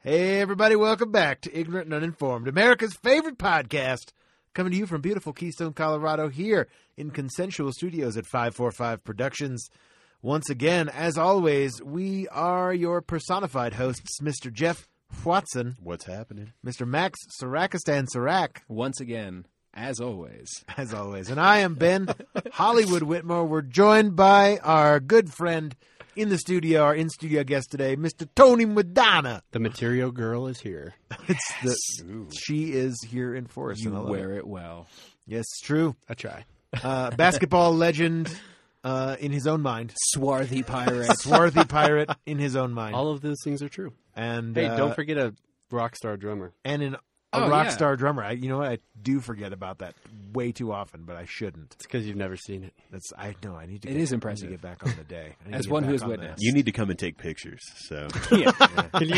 Hey, everybody, welcome back to Ignorant and Uninformed, America's favorite podcast, coming to you from beautiful Keystone, Colorado, here in Consensual Studios at 545 Productions. Once again, as always, we are your personified hosts, Mr. Jeff Watson, What's happening? Mr. Max Sarakistan Sarak, once again, as always. as always, and I am Ben Hollywood Whitmore. We're joined by our good friend in the studio, our in studio guest today, Mr. Tony Madonna. The material girl is here. It's the, she is here in force. You and I love wear it well. Yes, true. I try. Uh, basketball legend uh, in his own mind, Swarthy pirate. swarthy pirate in his own mind, All of those things are true. and Hey, uh, don't forget a rock star drummer. and an, a Oh, rock yeah. star drummer. I, you know what? I do forget about that way too often, but I shouldn't. It's because you've never seen it. That's I know. I need to. It get, is I need to impressive. get back on the day I need to As get one who back has on witnessed. that. You need to come and take pictures. So Can you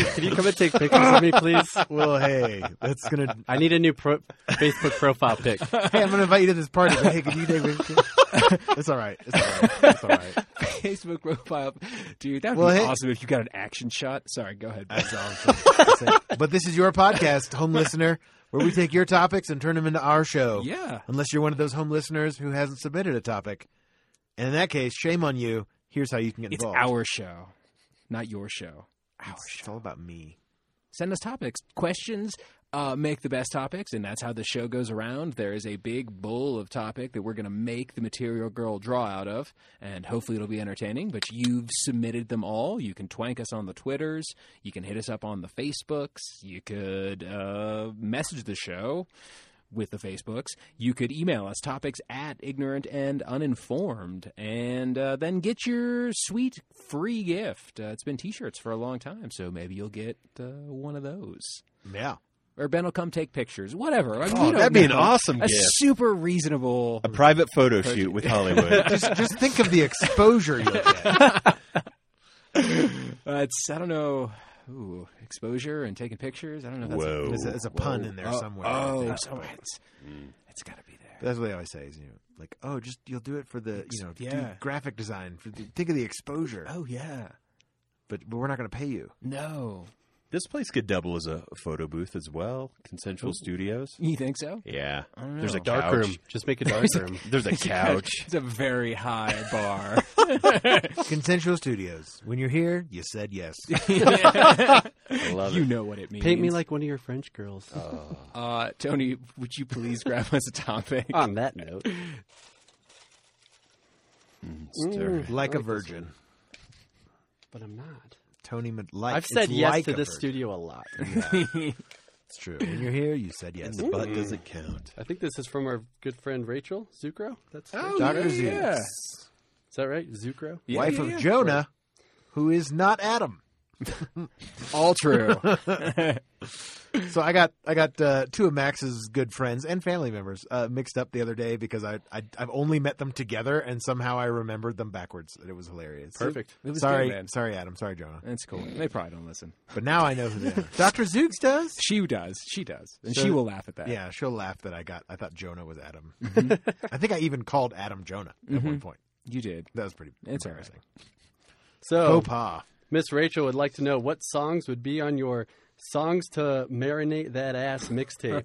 can you come and take pictures of me, please? Well, hey, that's gonna. I need a new pro- Facebook profile pic. Hey, I'm gonna invite you to this party. But hey, can you take me? it's all right. It's all right. It's all right. Facebook profile. Dude, that would Well, be hey- awesome if you got an action shot. Sorry, go ahead. That's all I'm trying to say. But this is your podcast, home listener, where we take your topics and turn them into our show. Yeah. Unless you're one of those home listeners who hasn't submitted a topic. And in that case, shame on you. Here's how you can get It's involved. our show, not your show. Our It's show. all about me. Send us topics, questions. Uh, make the best topics, and that's how the show goes around. There is a big bowl of topic that we're going to make the Material Girl draw out of, and hopefully it'll be entertaining. But you've submitted them all. You can twank us on the Twitters. You can hit us up on the Facebooks. You could uh, message the show. with the Facebooks. You could email us topics at ignorant and uninformed, and uh, then get your sweet free gift. Uh, it's been T-shirts for a long time, so maybe you'll get uh, one of those. Yeah. Or Ben will come take pictures, whatever. Like, we Oh, don't that'd be know. an awesome a gift. super reasonable. a private photo shoot with Hollywood. Just, just think of the exposure you'll get. Uh, it's I don't know, ooh, exposure and taking pictures. I don't know. if That's Whoa. There's a, there's a pun in there oh, somewhere. Oh, That's- so it's, it's got to be there. Mm. That's what they always say is, you know, like, oh, just you'll do it for the, you know, do yeah. graphic design. For the, think of the exposure. Oh yeah. But, but we're not going to pay you. No, this place could double as a photo booth as well. Consensual Studios. you think so? Yeah. I don't know. There's a Dark couch. room. Just make a dark room. There's a couch. It's a very high bar. Consensual Studios. When you're here, you said yes. I love you it. know what it means. Paint me like one of your French girls. Oh. uh, Tony. Would you please grab us a topic? On that note, Stir. like a like this virgin. but I'm not. Tony Mad- like I've said it's yes like to a this virgin. studio a lot. It's true. When you're here, you said yes. And the butt doesn't count. I think this is from our good friend Rachel Zucro. That's Oh. Dr. yeah, Zeus, yeah. is that right? Zucro. Yeah, wife yeah, of yeah. Jonah, who is not Adam. All true. So I got I got uh, two of Max's good friends and family members uh, mixed up the other day because I, I I've only met them together and somehow I remembered them backwards. and It was hilarious. Perfect. It was sorry, good, man. sorry, Adam. Sorry, Jonah. That's cool. They probably don't listen. But now I know who they are. Doctor Zooks does. She does. She does, and So- she will laugh at that. Yeah, she'll laugh that I got. I thought Jonah was Adam. Mm-hmm. I think I even called Adam Jonah at one point. you did. That was pretty Mm-hmm. It's all Oh, embarrassing. So Opa. Miss Rachel would like to know what songs would be on your songs to marinate that ass mixtape.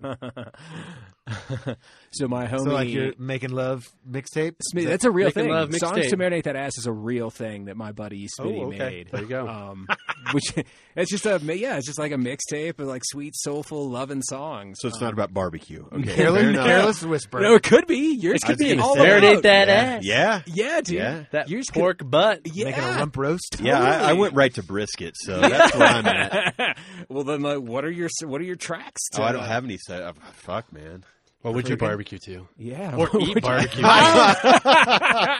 So my homie. So like you're making love mixtape. Smitty, that's a real Making thing. Love mixtape. Songs to marinate that ass is a real thing that my buddy Smitty Oh, okay. made. There you go. Um, which it's just a yeah, it's just like a mixtape of like sweet, soulful, loving songs. So it's not about barbecue. Okay. fair Careless, enough. careless whisper. no, it could be yours. Could be all about- Yeah. Yeah. Yeah, dude. Yeah. That yours could- pork butt. yeah. Making a lump roast. Yeah, I, I went right to brisket, so that's where I'm at. well, then, like, what are your what are your tracks? To, Oh, I don't have any. Set. oh, Fuck, man. What would you barbecue to? Yeah, Or eat barbecue.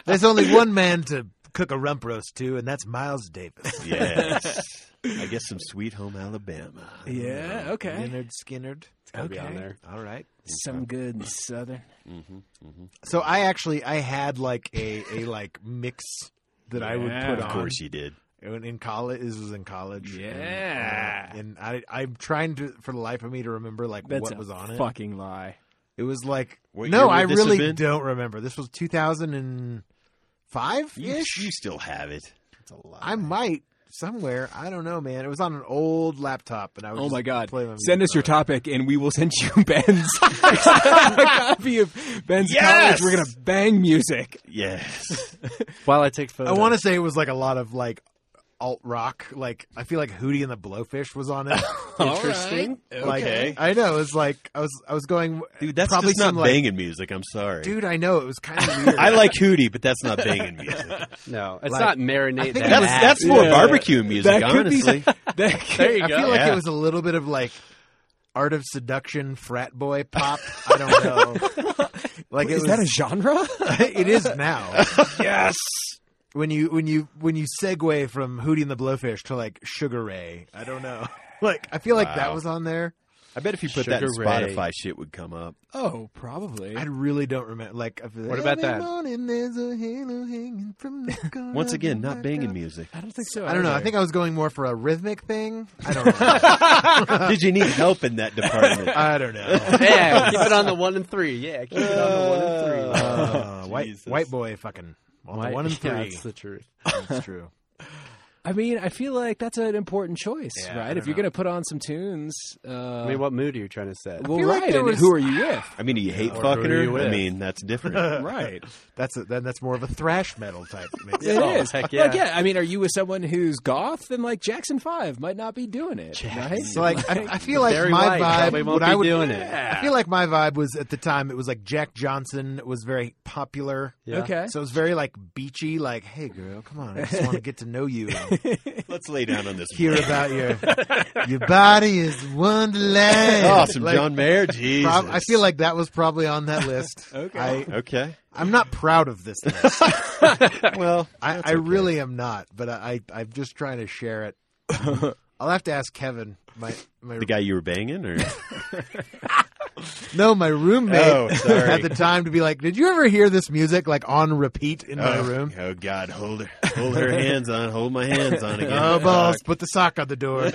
There's only one man to cook a rump roast to, and that's Miles Davis. Yes. I guess some sweet home Alabama. yeah, okay. Leonard Skinnerd. be on there. All right. Some good southern. So I actually I had like a a like mix that I would Yeah. put on. Of course you did. In, in college, this was in college. Yeah. And, uh, and I I'm trying to for the life of me to remember like That's what a was on it. fucking lie. It was like What year no, would I this have really been? don't remember. This was 2005 You, ish. you still have it. I might somewhere. I don't know, man. It was on an old laptop, and I was. Oh my God! Play my music Send us from your it. topic, and we will send you Ben's a copy of Ben's Yes! college. We're gonna bang music. Yes. While I take I photos. want to say it was like a lot of like alt rock. Like I feel like Hootie and the Blowfish was on it. Interesting. Like, Okay. I know. It's like I was. I was going. Dude, that's probably just not some, like- banging music. I'm sorry. Dude, I know it was kind of weird. I like Hootie, but that's not banging music. No, it's Like- not marinate that it That's was- ass. that's more Yeah. barbecue music, That could be honestly. That There you I go. feel like Yeah. it was a little bit of like art of seduction, frat boy pop. I don't know. Like it is was, that a genre? it is now. yes. When you when you when you segue from Hootie and the Blowfish to like Sugar Ray, I don't know. Like I feel like that Wow. was on there. I bet if you put that in Sugar Ray. Spotify, shit would come up. oh, probably. I really don't remember. Like I feel- What about every that? morning there's a halo hanging from the corner Once of again, my not banging mouth. music. I don't think so. I don't know. I either. think I was going more for a rhythmic thing. I don't know. Did you need help in that department? I don't know. yeah, keep it on the one and three. Yeah, keep it on the one and three. Uh, white Jesus. white boy fucking on the one and three. Yeah, that's the truth. That's true. I mean, I feel like that's an important choice, Yeah, I right? don't If you're know. gonna put on some tunes, uh, I mean, what mood are you trying to set? well, feel like right. there and was- who are you with? I mean, do you hate Or fucking who are you her? I with? mean, that's different. right. That's a, then that's more of a thrash metal type mix. It is. Oh, heck yeah. Like, yeah. I mean, are you with someone who's goth? Then, like Jackson Five might not be doing it. Right? So like I, I feel like Barry my White probably vibe won't what be I would doing it. I feel like my vibe was at the time it was like Jack Johnson was very popular. Yeah. Okay. So it was very like beachy, like, hey girl, come on, I just want to get to know you and Let's lay down on this. hear about your your body is wonderland. awesome, Like, John Mayer. Jesus. prob- I feel like that was probably on that list. Okay. I, Okay. I'm not proud of this list. Well, I, that's I okay. really am not, but I, I I'm just trying to share it. I'll have to ask Kevin, my my the guy you were banging, or no, my roommate Oh, sorry. at the time to be like, did you ever hear this music like on repeat in my oh, room? Oh God, hold her, hold her hands on, hold my hands on again. Oh balls! Put the sock on the door.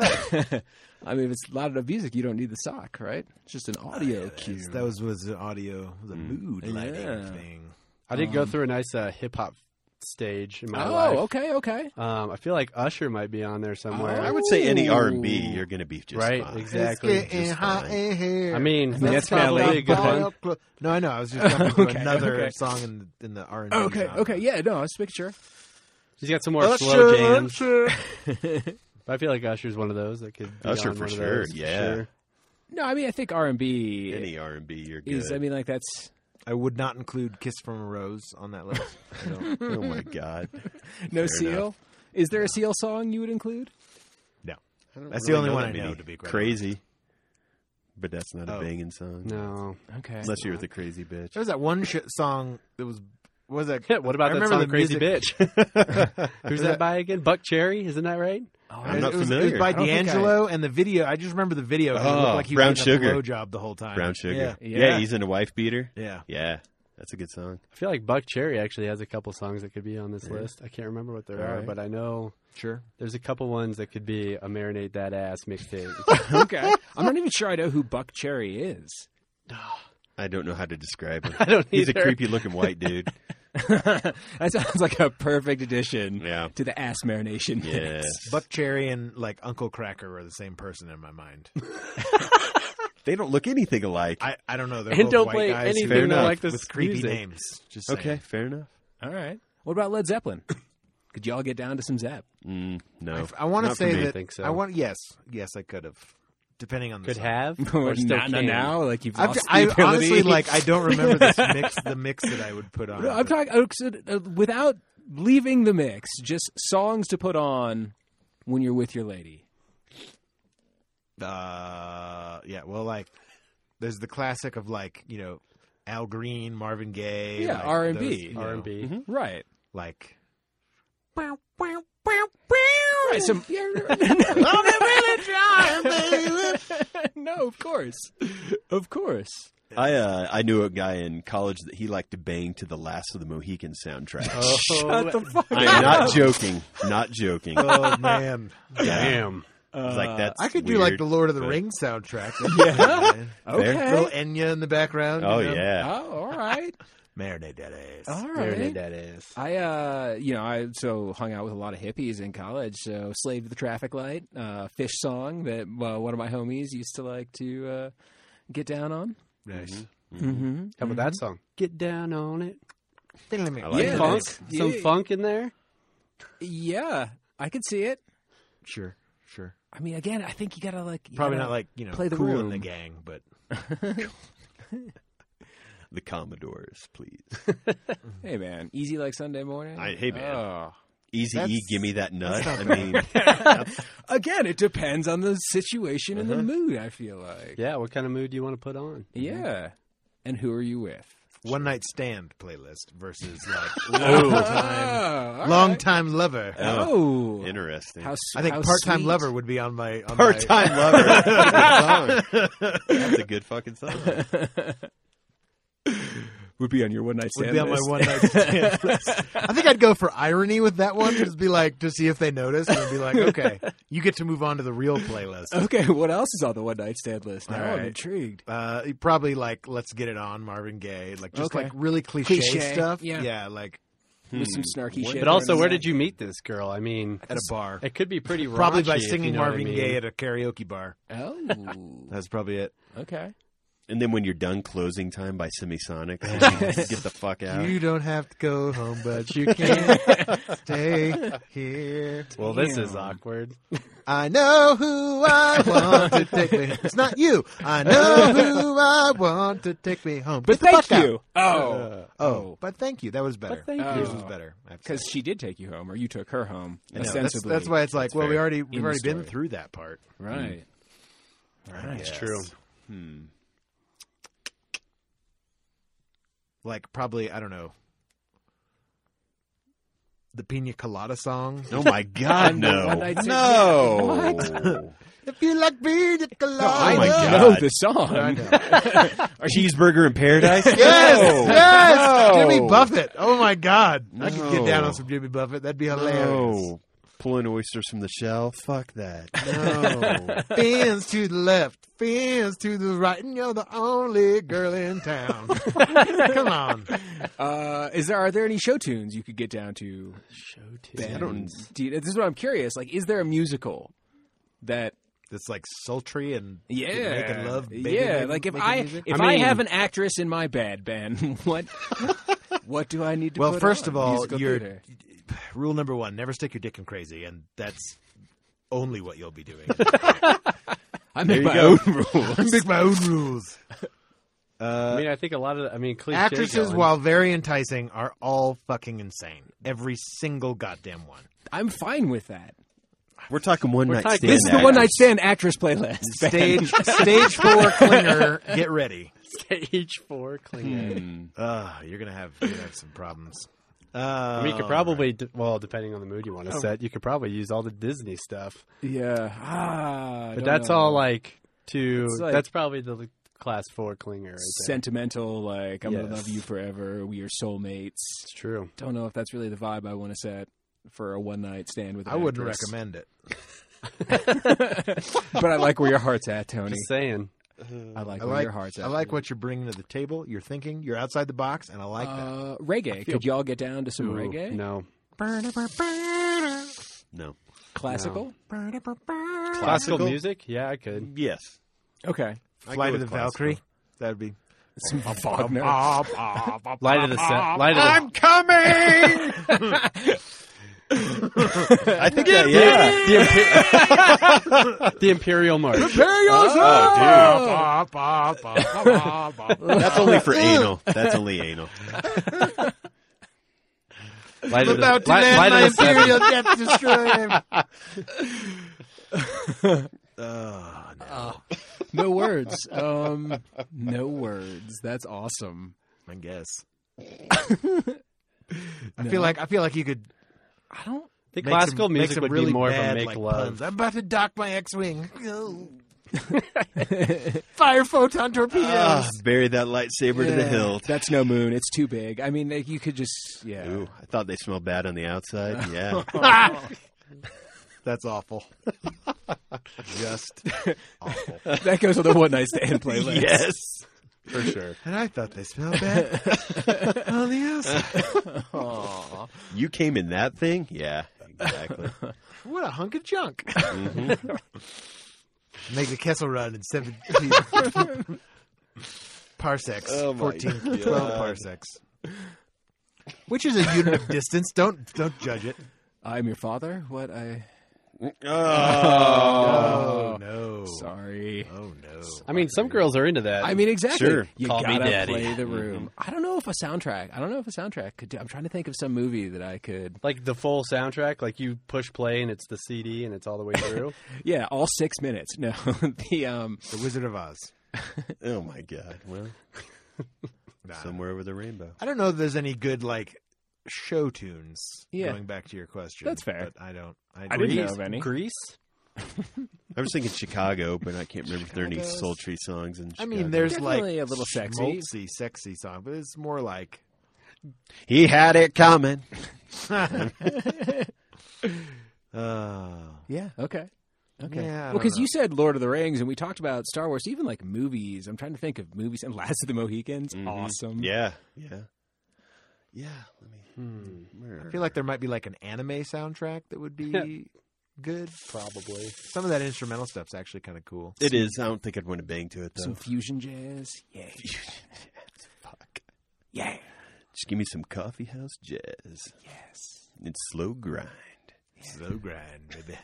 I mean, if it's loud enough music, you don't need the sock, right? It's just an audio cue. that was was the audio, the mood lighting Yeah. thing. I did go through a nice uh, hip hop stage in my oh, life. okay, okay. Um, I feel like Usher might be on there somewhere. I would say any Ooh. R and B, you're going to be just right, fine. exactly. It's getting just hot fine. in here. I mean, mean, that's that's kinda probably late. a good one. No, I know. I was just jumping to Okay, another okay. song in in the R and B. Okay, okay, yeah, no, I was making sure. He's got some more slow Usher, jams. Usher. But I feel like Usher's one of those that could be Usher on for one of sure, those, for yeah. sure. No, I mean, I think R and B Any R and B, you're good. is. I mean, like that's I would not include "Kiss from a Rose" on that list. I don't. oh my God, no Fair Seal. enough. Is there a Seal song you would include? No, I don't That's really the only one that I know, many. to be quite crazy. But that's not Oh. a banging song, No. Okay. unless you're with a crazy bitch. there was that one sh- song that was. What was that? what about I that remember song, the Crazy music- Bitch? Who's that- that by again? Buck Cherry, isn't that right? Oh, I'm it, not it was, It familiar. was by I don't think D'Angelo, and the video. I just remember the video. 'cause it Oh, looked like he Brown was Sugar. a blowjob the whole time. Brown Sugar. Yeah. Yeah. he's in a wife beater. Yeah. yeah. Yeah, that's a good song. I feel like Buck Cherry actually has a couple songs that could be on this list. I can't remember what they All are, right. but I know Sure. there's a couple ones that could be a marinate that ass mixtape. okay. I'm not even sure I know who Buck Cherry is. I don't know how to describe him. I don't He's a either. creepy looking white dude. that sounds like a perfect addition Yeah. to the ass marination. mix. Yes. Buck Cherry and like Uncle Cracker are the same person in my mind. They don't look anything alike. I, I don't know. They're And both don't white play guys anything who- enough like this with creepy music. names. Just saying. okay, fair enough. All right. What about Led Zeppelin? Could y'all get down to some Zep? Mm, no. I, want to Not for say me. that. Think so. I want. Yes. Yes, I could have. Depending on the could song. have or Not, still not can. now. Like you've I've, lost the I ability. honestly like. I don't remember this mix. The mix that I would put on. No, I'm but- talking uh, so, uh, without leaving the mix, just songs to put on when you're with your lady. Uh, yeah. Well, like, there's the classic of like you know, Al Green, Marvin Gaye, Yeah, Mm-hmm. like, R&B. those, you know, R&B. Right. like. Right. Some, yeah, really no, of course. Of course. I uh, I knew a guy in college that he liked to bang to the Last of the Mohican soundtrack. Oh, Shut the fuck I'm up. not joking. Not joking. Oh man, Yeah. damn. Uh, I was like that's Uh, I could do weird, like the Lord of the but- Rings soundtrack. yeah, Okay. little Enya in the background. you Oh know? yeah. Oh, all right. Marinate that ass. All Marinate right. that ass. I, uh, you know, I so hung out with a lot of hippies in college. So slaved the traffic light, uh, fish song that uh, one of my homies used to like to uh, get down on. Nice. Mm-hmm. How about that song? Get down on it. I like Yeah. it. funk. Yeah. Some funk in there. Yeah, I could see it. Sure, sure. I mean, again, I think you gotta like you Probably gotta- not like you know play the cool in room. the gang, but The Commodores, please. Hey man, easy like Sunday morning. I- hey, man. Oh. Easy E, That's- give me that nut. that's I not mean, Again, it depends on the situation and the mood. I feel like. Yeah, what kind of mood do you want to put on? Uh-huh. Yeah. Mm-hmm. And who are you with? one night stand playlist versus like long time, Oh, all long right. time lover. Oh, interesting. how s- I think how part time sweet. lover would be on my on Part time lover. That's a good song. That's a good fucking song. would be on your one night My, would be on stand. my list. one night stand list. I think I'd go for irony with that one, just be like to see if they notice, and be like, okay, you get to move on to the real playlist. Okay, what else is on the one night stand list? Now All I'm right. intrigued. Uh, probably like let's get it on Marvin Gaye, like just Okay. like really cliche, Cliche, stuff. yeah. like With Hmm. some snarky shit. But also, running where around. did you meet this girl? I mean, at a bar, it could be pretty raunchy, probably by if you singing know what I Marvin mean. Gaye at a karaoke bar. Oh, That's probably it. okay. And then when you're done closing time by Semisonic, get the fuck out. You don't have to go home, but you can. stay here. Well, this is Damn. awkward. I know who I want to take me. It's not you. I know who I want to take me home. But Get the thank fuck out. you. Oh, Uh, Oh, but thank you. That was better. thank you. Yours Oh. was better. I have to because say. she did take you home, or you took her home. I know. that's, ostensibly. that's why it's like, well, we fair. already we've the already been story. through that part. Right. Right. It's true. Hmm. Like probably I don't know. The Pina Colada song. Oh my God, One- no. one night stand. no. If you like Pina Colada, my I God. know the song. Oh I know. Cheeseburger in Paradise? Yes, No. yes, No. Jimmy Buffett. Oh my God, I could get No. down on some Jimmy Buffett. That'd be hilarious. No. Pulling oysters from the shell? Fuck that. No. fins to the left, fins to the right, and you're the only girl in town. Come on, Uh, is there are there any show tunes you could get down to? I don't. Do you- this is what I'm curious. Like, is there a musical that? it's like sultry and Yeah, making love. Baby yeah, making- like if making I music. if I I, mean- have an actress in my bed, Ben, what what do I need to? Well, put first on? of all, Musical you're- theater. rule number one: never stick your dick in crazy, and that's only what you'll be doing. I make you my go. own rules. Make my own rules. I mean, I think a lot of, I mean, cliche Actresses, going. while very enticing, are all fucking insane. Every single goddamn one. I'm fine with that. We're talking one night talking- stand. This is the actors. one night stand actress playlist. Ben. Stage stage four clinger, get ready. Stage four clinger. Hmm. Uh, you're gonna have you're gonna have some problems. Uh, I mean, you could probably, d well, depending on the mood you want to set, you could probably use all the Disney stuff. Yeah. Ah, I But don't that's know. all like to, It's like- that's probably the class four clinger right there. sentimental. Like I'm gonna Yes. love you forever. We are soulmates. It's true. Don't know if that's really the vibe I want to set for a one night stand with. An I wouldn't actress. recommend it. but I like where your heart's at, Tony. Just saying. I like uh, I where like your heart's at. I like what you're bringing to the table. You're thinking. You're outside the box, and I like uh, reggae. Could y'all get down to some Ooh, reggae? No. that. No. Classical. Classical music? Yeah, I could. Yes. Okay. Flight of the Valkyrie. That'd be. Some Wagner. Light of the set. Light of the. I'm coming. I think that, yeah. the, Imper- the Imperial March. That's only for anal. That's only anal. Light of the, About to Light- land Light my of the imperial Seven. death destroyer. Ah, no words. Um, no words. That's awesome. I guess. I feel like I feel like you could I don't. The make classical some, make music some would really be more bad, of a make like, love. puns. I'm about to dock my X-wing. Oh. Fire photon torpedoes. Ah, bury that lightsaber to the Yeah. hilt. That's no moon. It's too big. I mean, like, you could just yeah. Ooh, I thought they smelled bad on the outside. Yeah. That's awful. Just awful. That goes on the one night stand playlist. yes. for sure. And I thought they smelled bad on the outside. Aw. You came in that thing? Yeah, exactly. What a hunk of junk. hmm Make the Kessel run in 17 parsecs. Oh my 14, God. 12 parsecs. Which is a unit of distance. Don't don't judge it. I'm your father. What I? Oh, no. Sorry. Oh, no. I mean, some girls are into that. I mean, exactly. Sure. You Call me gotta daddy. Mm-hmm. play the room. I don't know if a soundtrack. I don't know if a soundtrack could do. I'm trying to think of some movie that I could. like the full soundtrack. Like you push play and it's the CD and it's all the way through. Yeah, all six minutes. No, the um. The Wizard of Oz. Oh my god. Well, Nah. somewhere over the rainbow. I don't know if there's any good, like, show tunes Yeah. going back to your question. That's fair. But I don't. I didn't Grease. know of any. Grease. I was thinking Chicago, but I can't remember if there are any Chicago's- sultry songs in Chicago. I mean, there's Definitely like a little sexy. schmaltzy, sexy song, but it's more like he had it coming. Oh. uh, Yeah. Okay. Okay. Yeah, I don't well, because know. you said Lord of the Rings, and we talked about Star Wars, even like movies. I'm trying to think of movies. And Last of the Mohicans, Mhm. awesome. Yeah, yeah, yeah. Let me. Hmm, I feel like there might be like an anime soundtrack that would be good. probably. Some of that instrumental stuff's actually kind of cool. it is. I don't think I'd want to bang to it though. Some fusion jazz. Yeah. Fuck. Yeah. Just give me some coffee house jazz. Yes. It's slow grind. Slow grind, baby.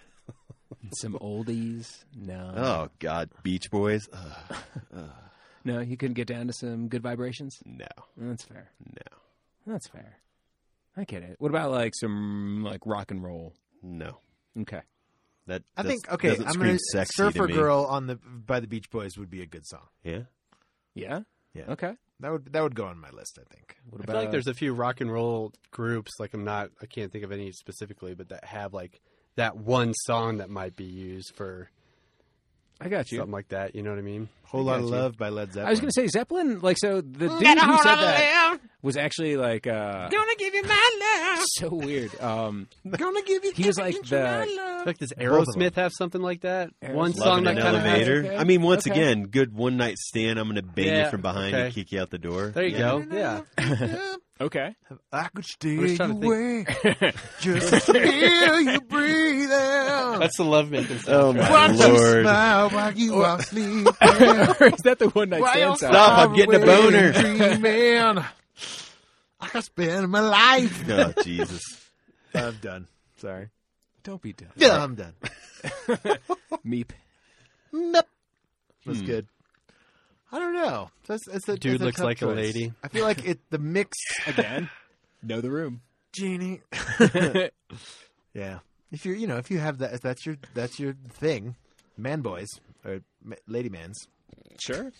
And some oldies. No. Oh God, Beach Boys. Ugh, No, you couldn't get down to some good vibrations. no, That's fair. no, That's fair. I get it. What about like some like rock and roll? no. Okay. That I that's- think okay. doesn't I'm scream gonna sexy Surfer to me. Girl on the by the Beach Boys would be a good song. Yeah. Yeah. Yeah. Okay. That would that would go on my list. I think. What I about feel like there's a few rock and roll groups. Like I'm not. I can't think of any specifically, but that have like that one song that might be used for I got you. something like that. You know what I mean? Whole lot of love by Led Zeppelin. I was gonna say Zeppelin. Like so, the dude who said that was actually like uh, Gonna give you my love. so weird. Um, Gonna give you. He was like every inch of my the- love. I feel like does Both of them. Aerosmith have something like that? Aerosmith. One Love Love song in that an kind of has. elevator. okay. I mean, once Okay. again, good one night stand. I'm going to bang Yeah, you from behind okay. and kick you out the door. There you go. Yeah. okay. I could steer just trying to you away just to feel you breathe out. That's the love making Oh sound. my Watch you lord! smile while you are sleeping. or is that the one night Why stand else song? Stop, I'm getting a boner. Dreaming. I could spend my life. Oh Jesus! I'm done. Sorry. Don't be dumb. Yeah, I'm done. Meep. Nope. That's good. I don't know. That's, that's a, Hmm. Dude that's looks tough like a choice. lady. I feel like it. The mix, Again. know the room. genie. yeah. If you're, you know, if you have that, if that's your, that's your thing. Man boys or ma- lady mans. sure.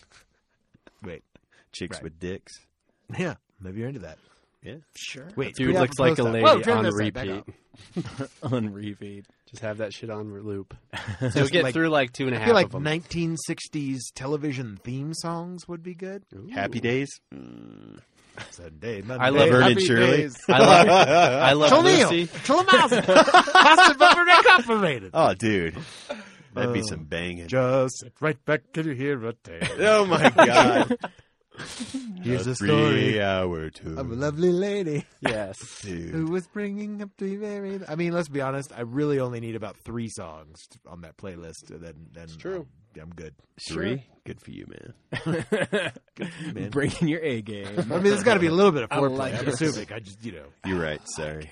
Wait. Chicks Right. with dicks. Yeah. Maybe you're into that. Yeah. Sure. Wait. Dude we looks haven't like a closed lady that. Whoa, turn on this side, back repeat. up. On repeat. Just have that shit on loop. Just You'll get like- through like two and a I half feel like of them. 1960s television theme songs would be good. Happy days. Seven days. Monday, I love Vern and happy Shirley. days. I love, I love Tolneal. Lucy. Tlemazin. Pasta buffer incorporated. Oh, dude, that'd be Oh. some banging. Just sit right back till you hear a tale. Oh my God! Here's a Three story hour tour. of a lovely lady Yes. who Dude. was bringing up to be married. I mean, let's be honest. I really only need about three songs on that playlist. and Then, then true. I'm, I'm good. Three. Good for you, man. Man. Breaking your A game. I mean, there's got to be a little bit of I foreplay. like I'm it. assuming. I just, you know, You're right. Sorry.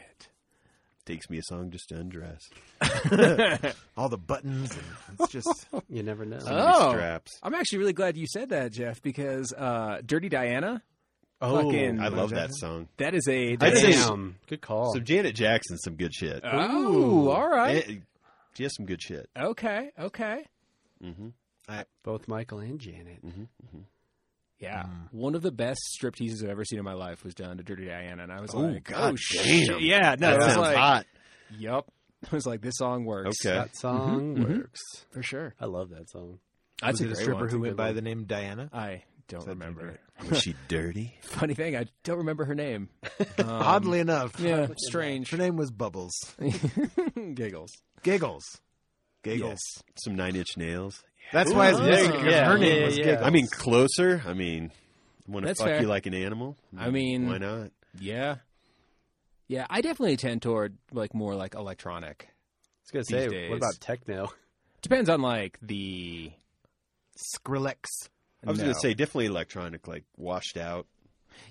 Takes me a song just to undress. all the buttons. And it's just You never know. Oh. Straps. I'm actually really glad you said that, Jeff, because uh, Dirty Diana, Oh, fucking- I love that song. that is a. I'd say- Damn. Good call. Some Janet Jackson, some good shit. Oh, all right. Eh, She has some good shit. Okay, okay. hmm Both Michael and Janet. Yeah. Hmm. One of the best strip teases I've ever seen in my life was done to Dirty Diana, and I was Oh, like, God oh, damn. shit. Yeah, no, That it was sounds like, hot. Yep. I was like, this song works. Okay. That song works. For sure. I love that song. That's was it a great stripper one. who a went good by one. the name Diana. I don't remember. Was she dirty? Funny thing, I don't remember her name. Um, Oddly enough, Yeah, strange. her name was Bubbles. Giggles. Giggles. Giggles. Some nine inch nails. That's why it's Ooh, missing there you because go. her Yeah, name yeah, was yeah. Giggles. I mean, closer. I mean, want to That's fuck fair. you like an animal. I mean- why not? Yeah. Yeah, I definitely tend toward like more like electronic. I was These gonna say, days. what about techno? Depends on like the Skrillex. I was no. going to say definitely electronic, like washed out.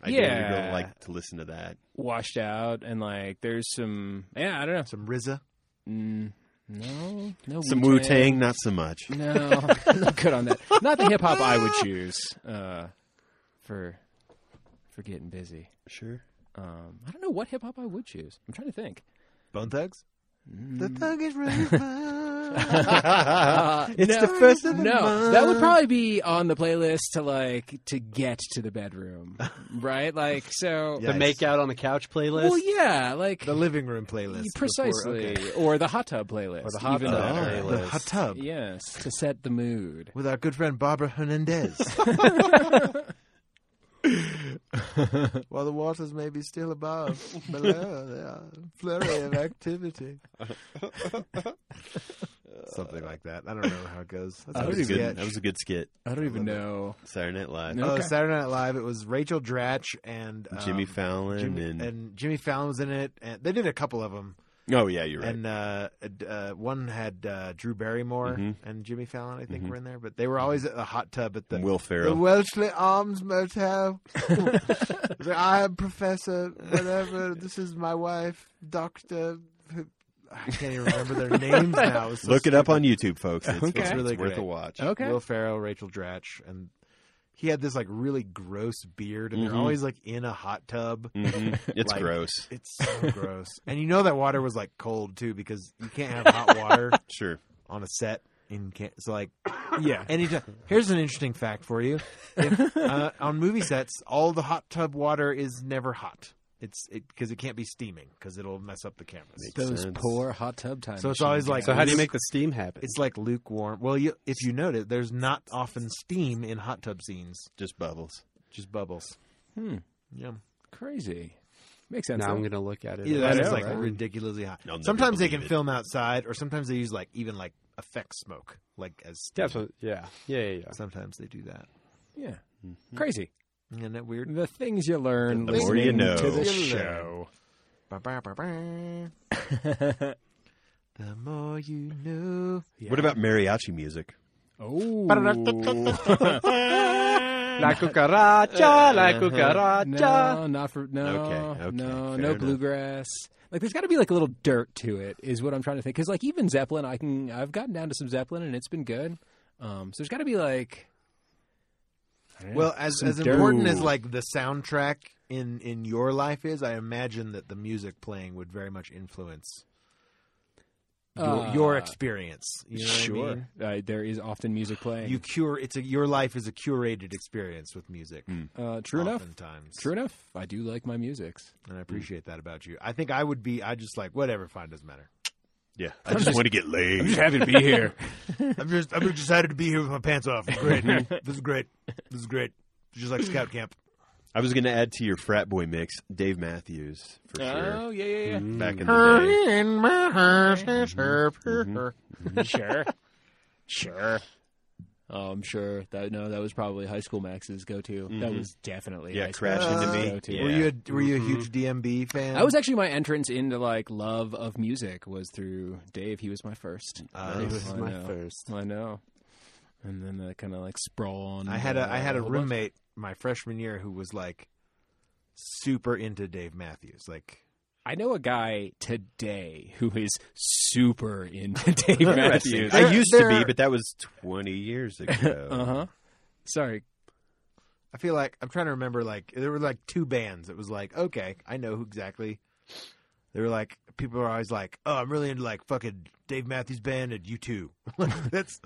I Yeah. really don't like to listen to that. washed out and like there's some yeah, I don't know. Some RZA. Mm, no, no. Some Wu Tang, not so much. No, not good on that. Not the hip hop I would choose uh, for for getting busy. Sure. Um, I don't know what hip hop I would choose. I'm trying to think. Bone Thugs? The Mm. thug is really Uh, It's no, the first of the no. month. That would probably be on the playlist to like to get to the bedroom, right? Like so. Yeah. Nice. The make out on the couch playlist. Well, yeah, like The living room playlist. before- precisely, okay. Uh, or the hot tub playlist, Or the hot even tub better. playlist. The hot tub Yes, to set the mood. with our good friend Barbara Hernandez. While the waters may be still above, below, they are a flurry of activity. Something like that. I don't know how it goes. That's That a was good good. sketch. That was a good skit. I don't even know. Saturday Night Live. No. Oh, Okay. Saturday Night Live. It was Rachel Dratch and um, Jimmy Fallon Jimmy- and, Jimmy Fallon was in it. And they did a couple of them, oh yeah, you're right. and uh, uh, one had uh, Drew Barrymore Mhm. and Jimmy Fallon. I think Mhm. were in there, but they were always at the hot tub at the And Will The Ferrell. Wellesley Arms Motel. I am Professor, whatever. This is my wife, Doctor. I can't even remember their names now. It's so Look it up stupid. on YouTube, folks. It's, Okay. it's Really worth great. Oh. a watch. Okay. Will Ferrell, Rachel Dratch, and he had this like really gross beard, and Mhm. they're always like in a hot tub. hmm It's Like- gross. It's so gross, and you know that water was like cold too because you can't have hot water Sure. on a set. In can- so like Yeah. Anytime. Here's an interesting fact for you: if, uh, on movie sets, all the hot tub water is never hot. It's because it, can't be steaming because it'll mess up the cameras. Makes Those sense. poor hot tub time. So it's machine always like- so how do you Luke- make the steam happen? It's like lukewarm. Well, you, if you notice, there's not often steam in hot tub scenes; Just bubbles. just bubbles. Hmm. Yeah, crazy. Makes sense. now I'm though. gonna look at it. either that I is know, like right? ridiculously hot. I'll never Sometimes they believe can it. film outside, or sometimes they use like even like effect smoke, like as steam. Yeah, so, yeah, yeah, yeah, yeah. Sometimes they do that. yeah. Crazy. Isn't that weird? The things you learn The more listening you know. to the You learn. show. Ba-ba-ba-ba. The more you know. Yeah. What about mariachi music? Oh. La cucaracha, la Uh-huh. cucaracha. no, not for no, Okay, okay, no, fair no enough. bluegrass. Like there's got to be like a little dirt to it, is what I'm trying to think. Because like even Zeppelin, I can I've gotten down to some Zeppelin and it's been good. Um, so there's got to be like, I don't know. Well, as, Some as dirt. important as like the soundtrack in in your life is, I imagine that the music playing would very much influence your, Uh, your experience. You know what I sure, mean? uh, there is often music playing. You cure it's a your life is a curated experience with music. uh, true enough. Oftentimes. True Mm. enough. I do like my musics. And I appreciate that about you. I think I would be I just like whatever, fine, doesn't matter. Yeah. I just, want to get laid. happy to be here. I'm just I'm just excited to be here with my pants off. It's great. Mm-hmm. this is great. This is great. It's just like scout camp. I was going to add to your frat boy mix, Dave Matthews for sure. Oh yeah, yeah, Back in the Mm-hmm. yeah. sure, sure. Oh, I'm sure that no, that was probably high school Max's go-to. That was definitely Mm-hmm. Yeah, high school Crash Max's Into Me. go-to. Yeah. Were you a, were you a huge DMB fan? Mm-hmm. I was actually my entrance into like love of music was through Dave. He was my first. Uh, This Nice. is I my know. first. I know. And then that kind of like sprawn. I had a I had a whole bunch. roommate my freshman year who was like super into Dave Matthews. Like I know a guy today who is super into Dave Matthews. Mm-hmm. I used to be, They're- but that was 20 years ago. Uh huh. Sorry. I feel like I'm trying to remember like there were like two bands. It was like, okay, I know who exactly. They were like people are always like, Oh, I'm really into like fucking Dave Matthews band and U two. like that's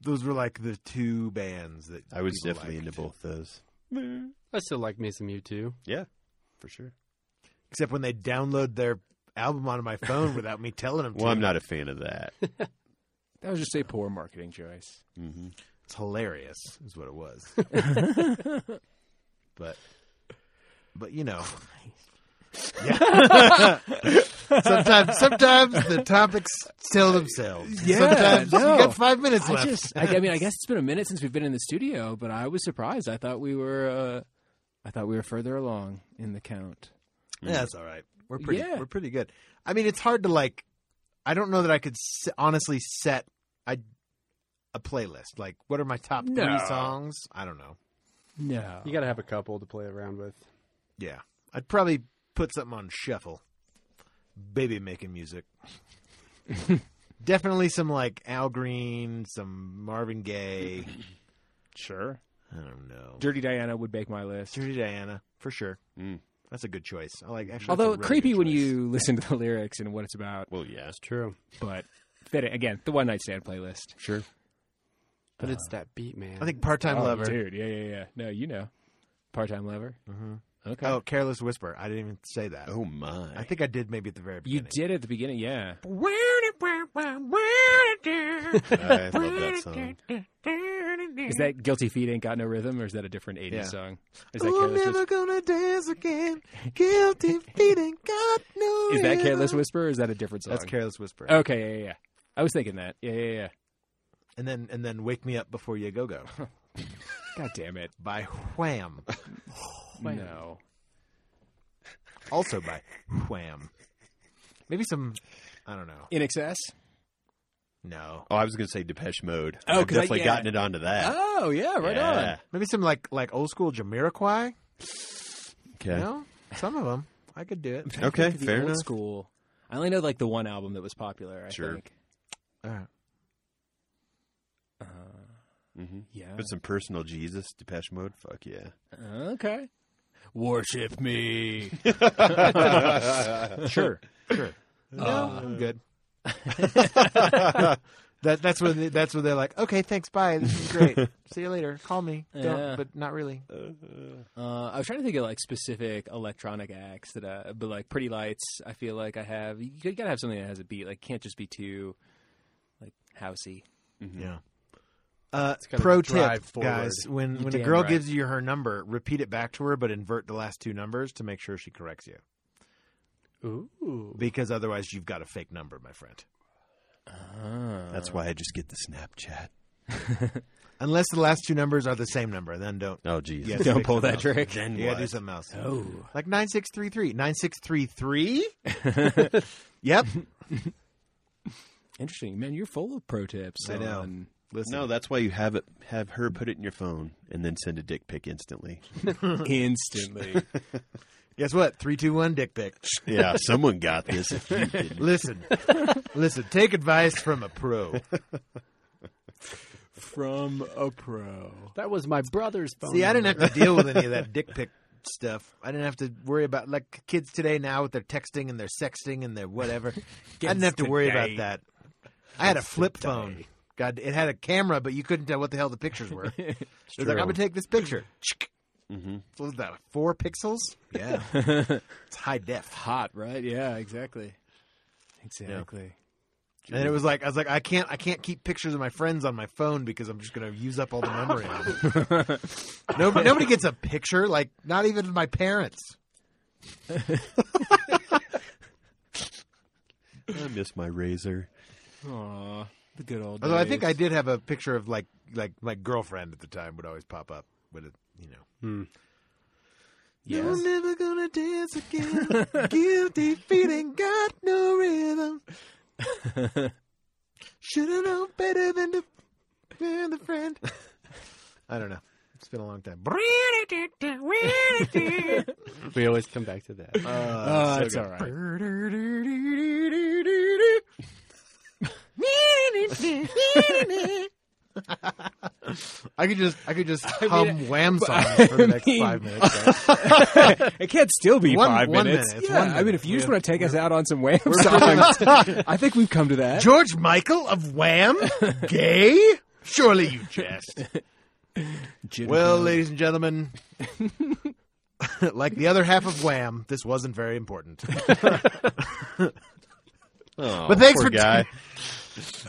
those were like the two bands that I was people definitely liked. into both those. I still like me some U2. Yeah, for sure. Except when they download their album onto my phone without me telling them to. Well, I'm not a fan of that. That was just a poor marketing choice. hmm It's hilarious, is what it was. Oh, but, but you know, yeah. Sometimes, sometimes the topics sell themselves. Yeah, sometimes no. you got five minutes I left. just, I, I mean, I guess it's been a minute since we've been in the studio, but I was surprised. I thought we were, uh, I thought we were further along in the count. Yeah, that's all right. We're pretty. Yeah. We're pretty good. I mean, it's hard to like. I don't know that I could s- honestly set I a playlist. Like, what are my top No. three songs? I don't know. No, You got to have a couple to play around with. Yeah, I'd probably put something on shuffle. Baby making music. Definitely some like Al Green, some Marvin Gaye. sure. I don't know. Dirty Diana would make my list. Dirty Diana for sure. Mm. That's a good choice. I like actually. Although that's a really creepy good when choice. you listen to the lyrics and what it's about, Well, yeah. True. but fit it again. The one night stand playlist. Sure. But it's that beat, man. I think part time Oh, lover. dude. Yeah, yeah, yeah. No, you know, part time lover. Mhm. Mm-hmm. Okay, Oh, careless whisper. I didn't even say that. Oh my. I think I did maybe at the very you beginning. did at the beginning. Yeah, I love that song. is that Guilty Feet ain't got no rhythm, or is that a different '80s Yeah. song? Is Ooh, that I'm Careless Whisper? never gonna dance again. Guilty feet ain't got no. Is that Careless rhythm. Whisper or is that a different song? That's careless whisper. Okay, yeah, yeah, yeah. I was thinking that. Yeah, yeah, yeah. And then and then wake me up before you go go God damn it. by Wham. Oh, No. Also by Wham. Maybe some. I don't know. In excess? No. Oh, I was going to say Depeche Mode. Oh, I've 'cause I- definitely yeah. gotten it onto that. Oh, yeah, right yeah. Maybe some like like old school Jamiroquai. Okay. No. Some of them. I could do it. on. Okay, Think of the fair old enough. School. I only know like the one album that was popular, I Sure. think. All right. Uh, hmm yeah. Put some personal Jesus, Depeche Mode. Fuck yeah. Okay. Worship me. Sure. sure. No, Uh, I'm good. that that's when they, that's when they're like, okay, thanks, bye. This is great. See you later. Call me. Don't- Yeah. but not really. Uh, I was trying to think of like specific electronic acts that, I, but like Pretty Lights, I feel like I have. You gotta have something that has a beat. Like, can't just be too like housey. Yeah. Uh, kind of pro a tip, drive guys: forward. when You when a damn girl right. gives you her number, repeat it back to her, but invert the last two numbers to make sure she corrects you. Ooh. Because otherwise, you've got a fake number, my friend. That's why I just get the Snapchat. Unless the last two numbers are the same number, then don't. Oh, geez. Yeah, Don't fix pull them that up. trick. Then You gotta what? do something else. Oh. Like nine six three three. Nine six three three. Yep. Interesting, man. You're full of pro tips. I know. on- Listen. No, that's why you have it. Have her put it in your phone and then send a dick pic instantly. instantly. Guess what? Three two one. Dick pic. yeah, someone got this. If you didn't. Listen, listen. Take advice from a pro. From a pro. That was my brother's phone. See, I didn't number. have to deal with any of that dick pic stuff. I didn't have to worry about like kids today now with their texting and their sexting and their whatever. I didn't have to worry about today. that. I had a flip phone. God, it had a camera, but you couldn't tell what the hell the pictures were. it was like, I'm gonna take this picture. Mhm. What was that? Four pixels? Yeah, it's high def. Hot, right? Yeah, exactly. Exactly. And then it was like, I was like, I can't, I can't keep pictures of my friends on my phone because I'm just gonna use up all the memory. on them. nobody, nobody gets a picture. Like, not even my parents. I miss my razor. Aw, the good old. Although I days. think I did have a picture of like like my girlfriend at the time would always pop up with it, you know. Yes. never gonna dance again. Guilty feet ain't got no rhythm. Should've known better than to than the friend. I don't know. It's been a long time. We always come back to that. Uh, it's all right. I could just I could just mean, hum wham songs for the next I mean- five minutes. right? It can't still be One- five one minutes. minute, it's Yeah, one I mean, minute. if you just We're- want to take us out on some wham songs, I think we've come to that. George Michael of Wham? Gay? Surely you jest. Jim well, Jones. ladies and gentlemen, like the other half of Wham, this wasn't very important. Oh, But thanks for- poor guy.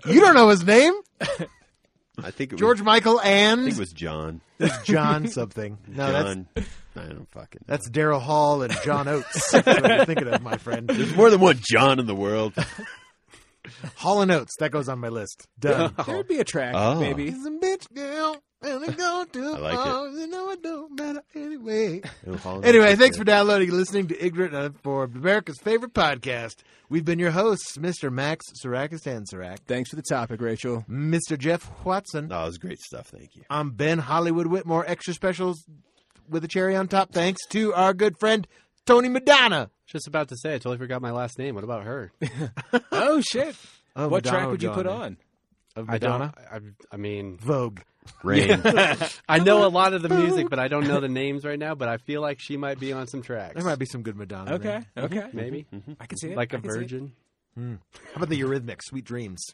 You don't know his name? I think it George was, Michael I think it and was John. John something. No, that's John. I don't fucking. Know. that's Daryl Hall and John Oates. That's what I'm thinking of, my friend. There's more than one John in the world. Hall and Oates. That goes on my list. Done. There'd be a track, Oh. maybe. He's a bitch now, and I go to I like it. you know it don't matter anyway. Anyway, anyway, thanks for downloading and listening to Ignorant and Uninformed, America's favorite podcast. We've been your hosts, Mr. Max Sarakistan Sarak, Thanks for the topic, Rachel. Mr. Jeff Watson. No, Oh, it was great stuff. Thank you. I'm Ben Hollywood Whitmore, extra specials with a cherry on top, thanks to our good friend Tony Madonna. Just about to say, I totally forgot my last name. What about her? Oh shit! Oh, what Madonna track would you gone, put man. on? Of I don't. Madonna? I, I mean, Vogue. Rain. I know a lot of the music, but I don't know the names right now. But I feel like she might be on some tracks. There might be Mm-hmm. some good Madonna. in Okay, there. okay, Maybe Mm-hmm. I can see it. like a a virgin. How about the Eurythmics, Sweet Dreams?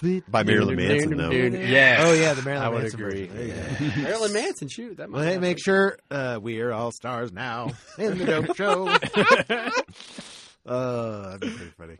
Sweet By Marilyn Manson, though. Yeah. Oh yeah, the Marilyn I would Manson agree. version. There you go. Marilyn Manson, shoot, that might. Well, hey, happen. make sure uh, we're all stars now in the dope show. uh, that'd be pretty funny.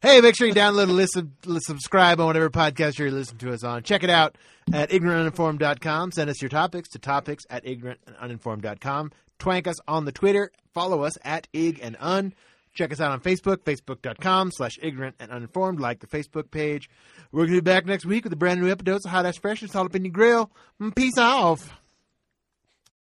Hey, make sure you download and listen, l- subscribe on whatever podcast you're listening to us on. Check it out at ignorantuninformed.com. Send us your topics to topics at ignorantuninformed.com. Twank us on the Twitter. Follow us at ig and un. Check us out on Facebook, facebook.com slash ignorant and uninformed. Like the Facebook page. We're going to be back next week with a brand new episode of Hot Ass Fresh and Jalapeno Grill. Mm, Peace off.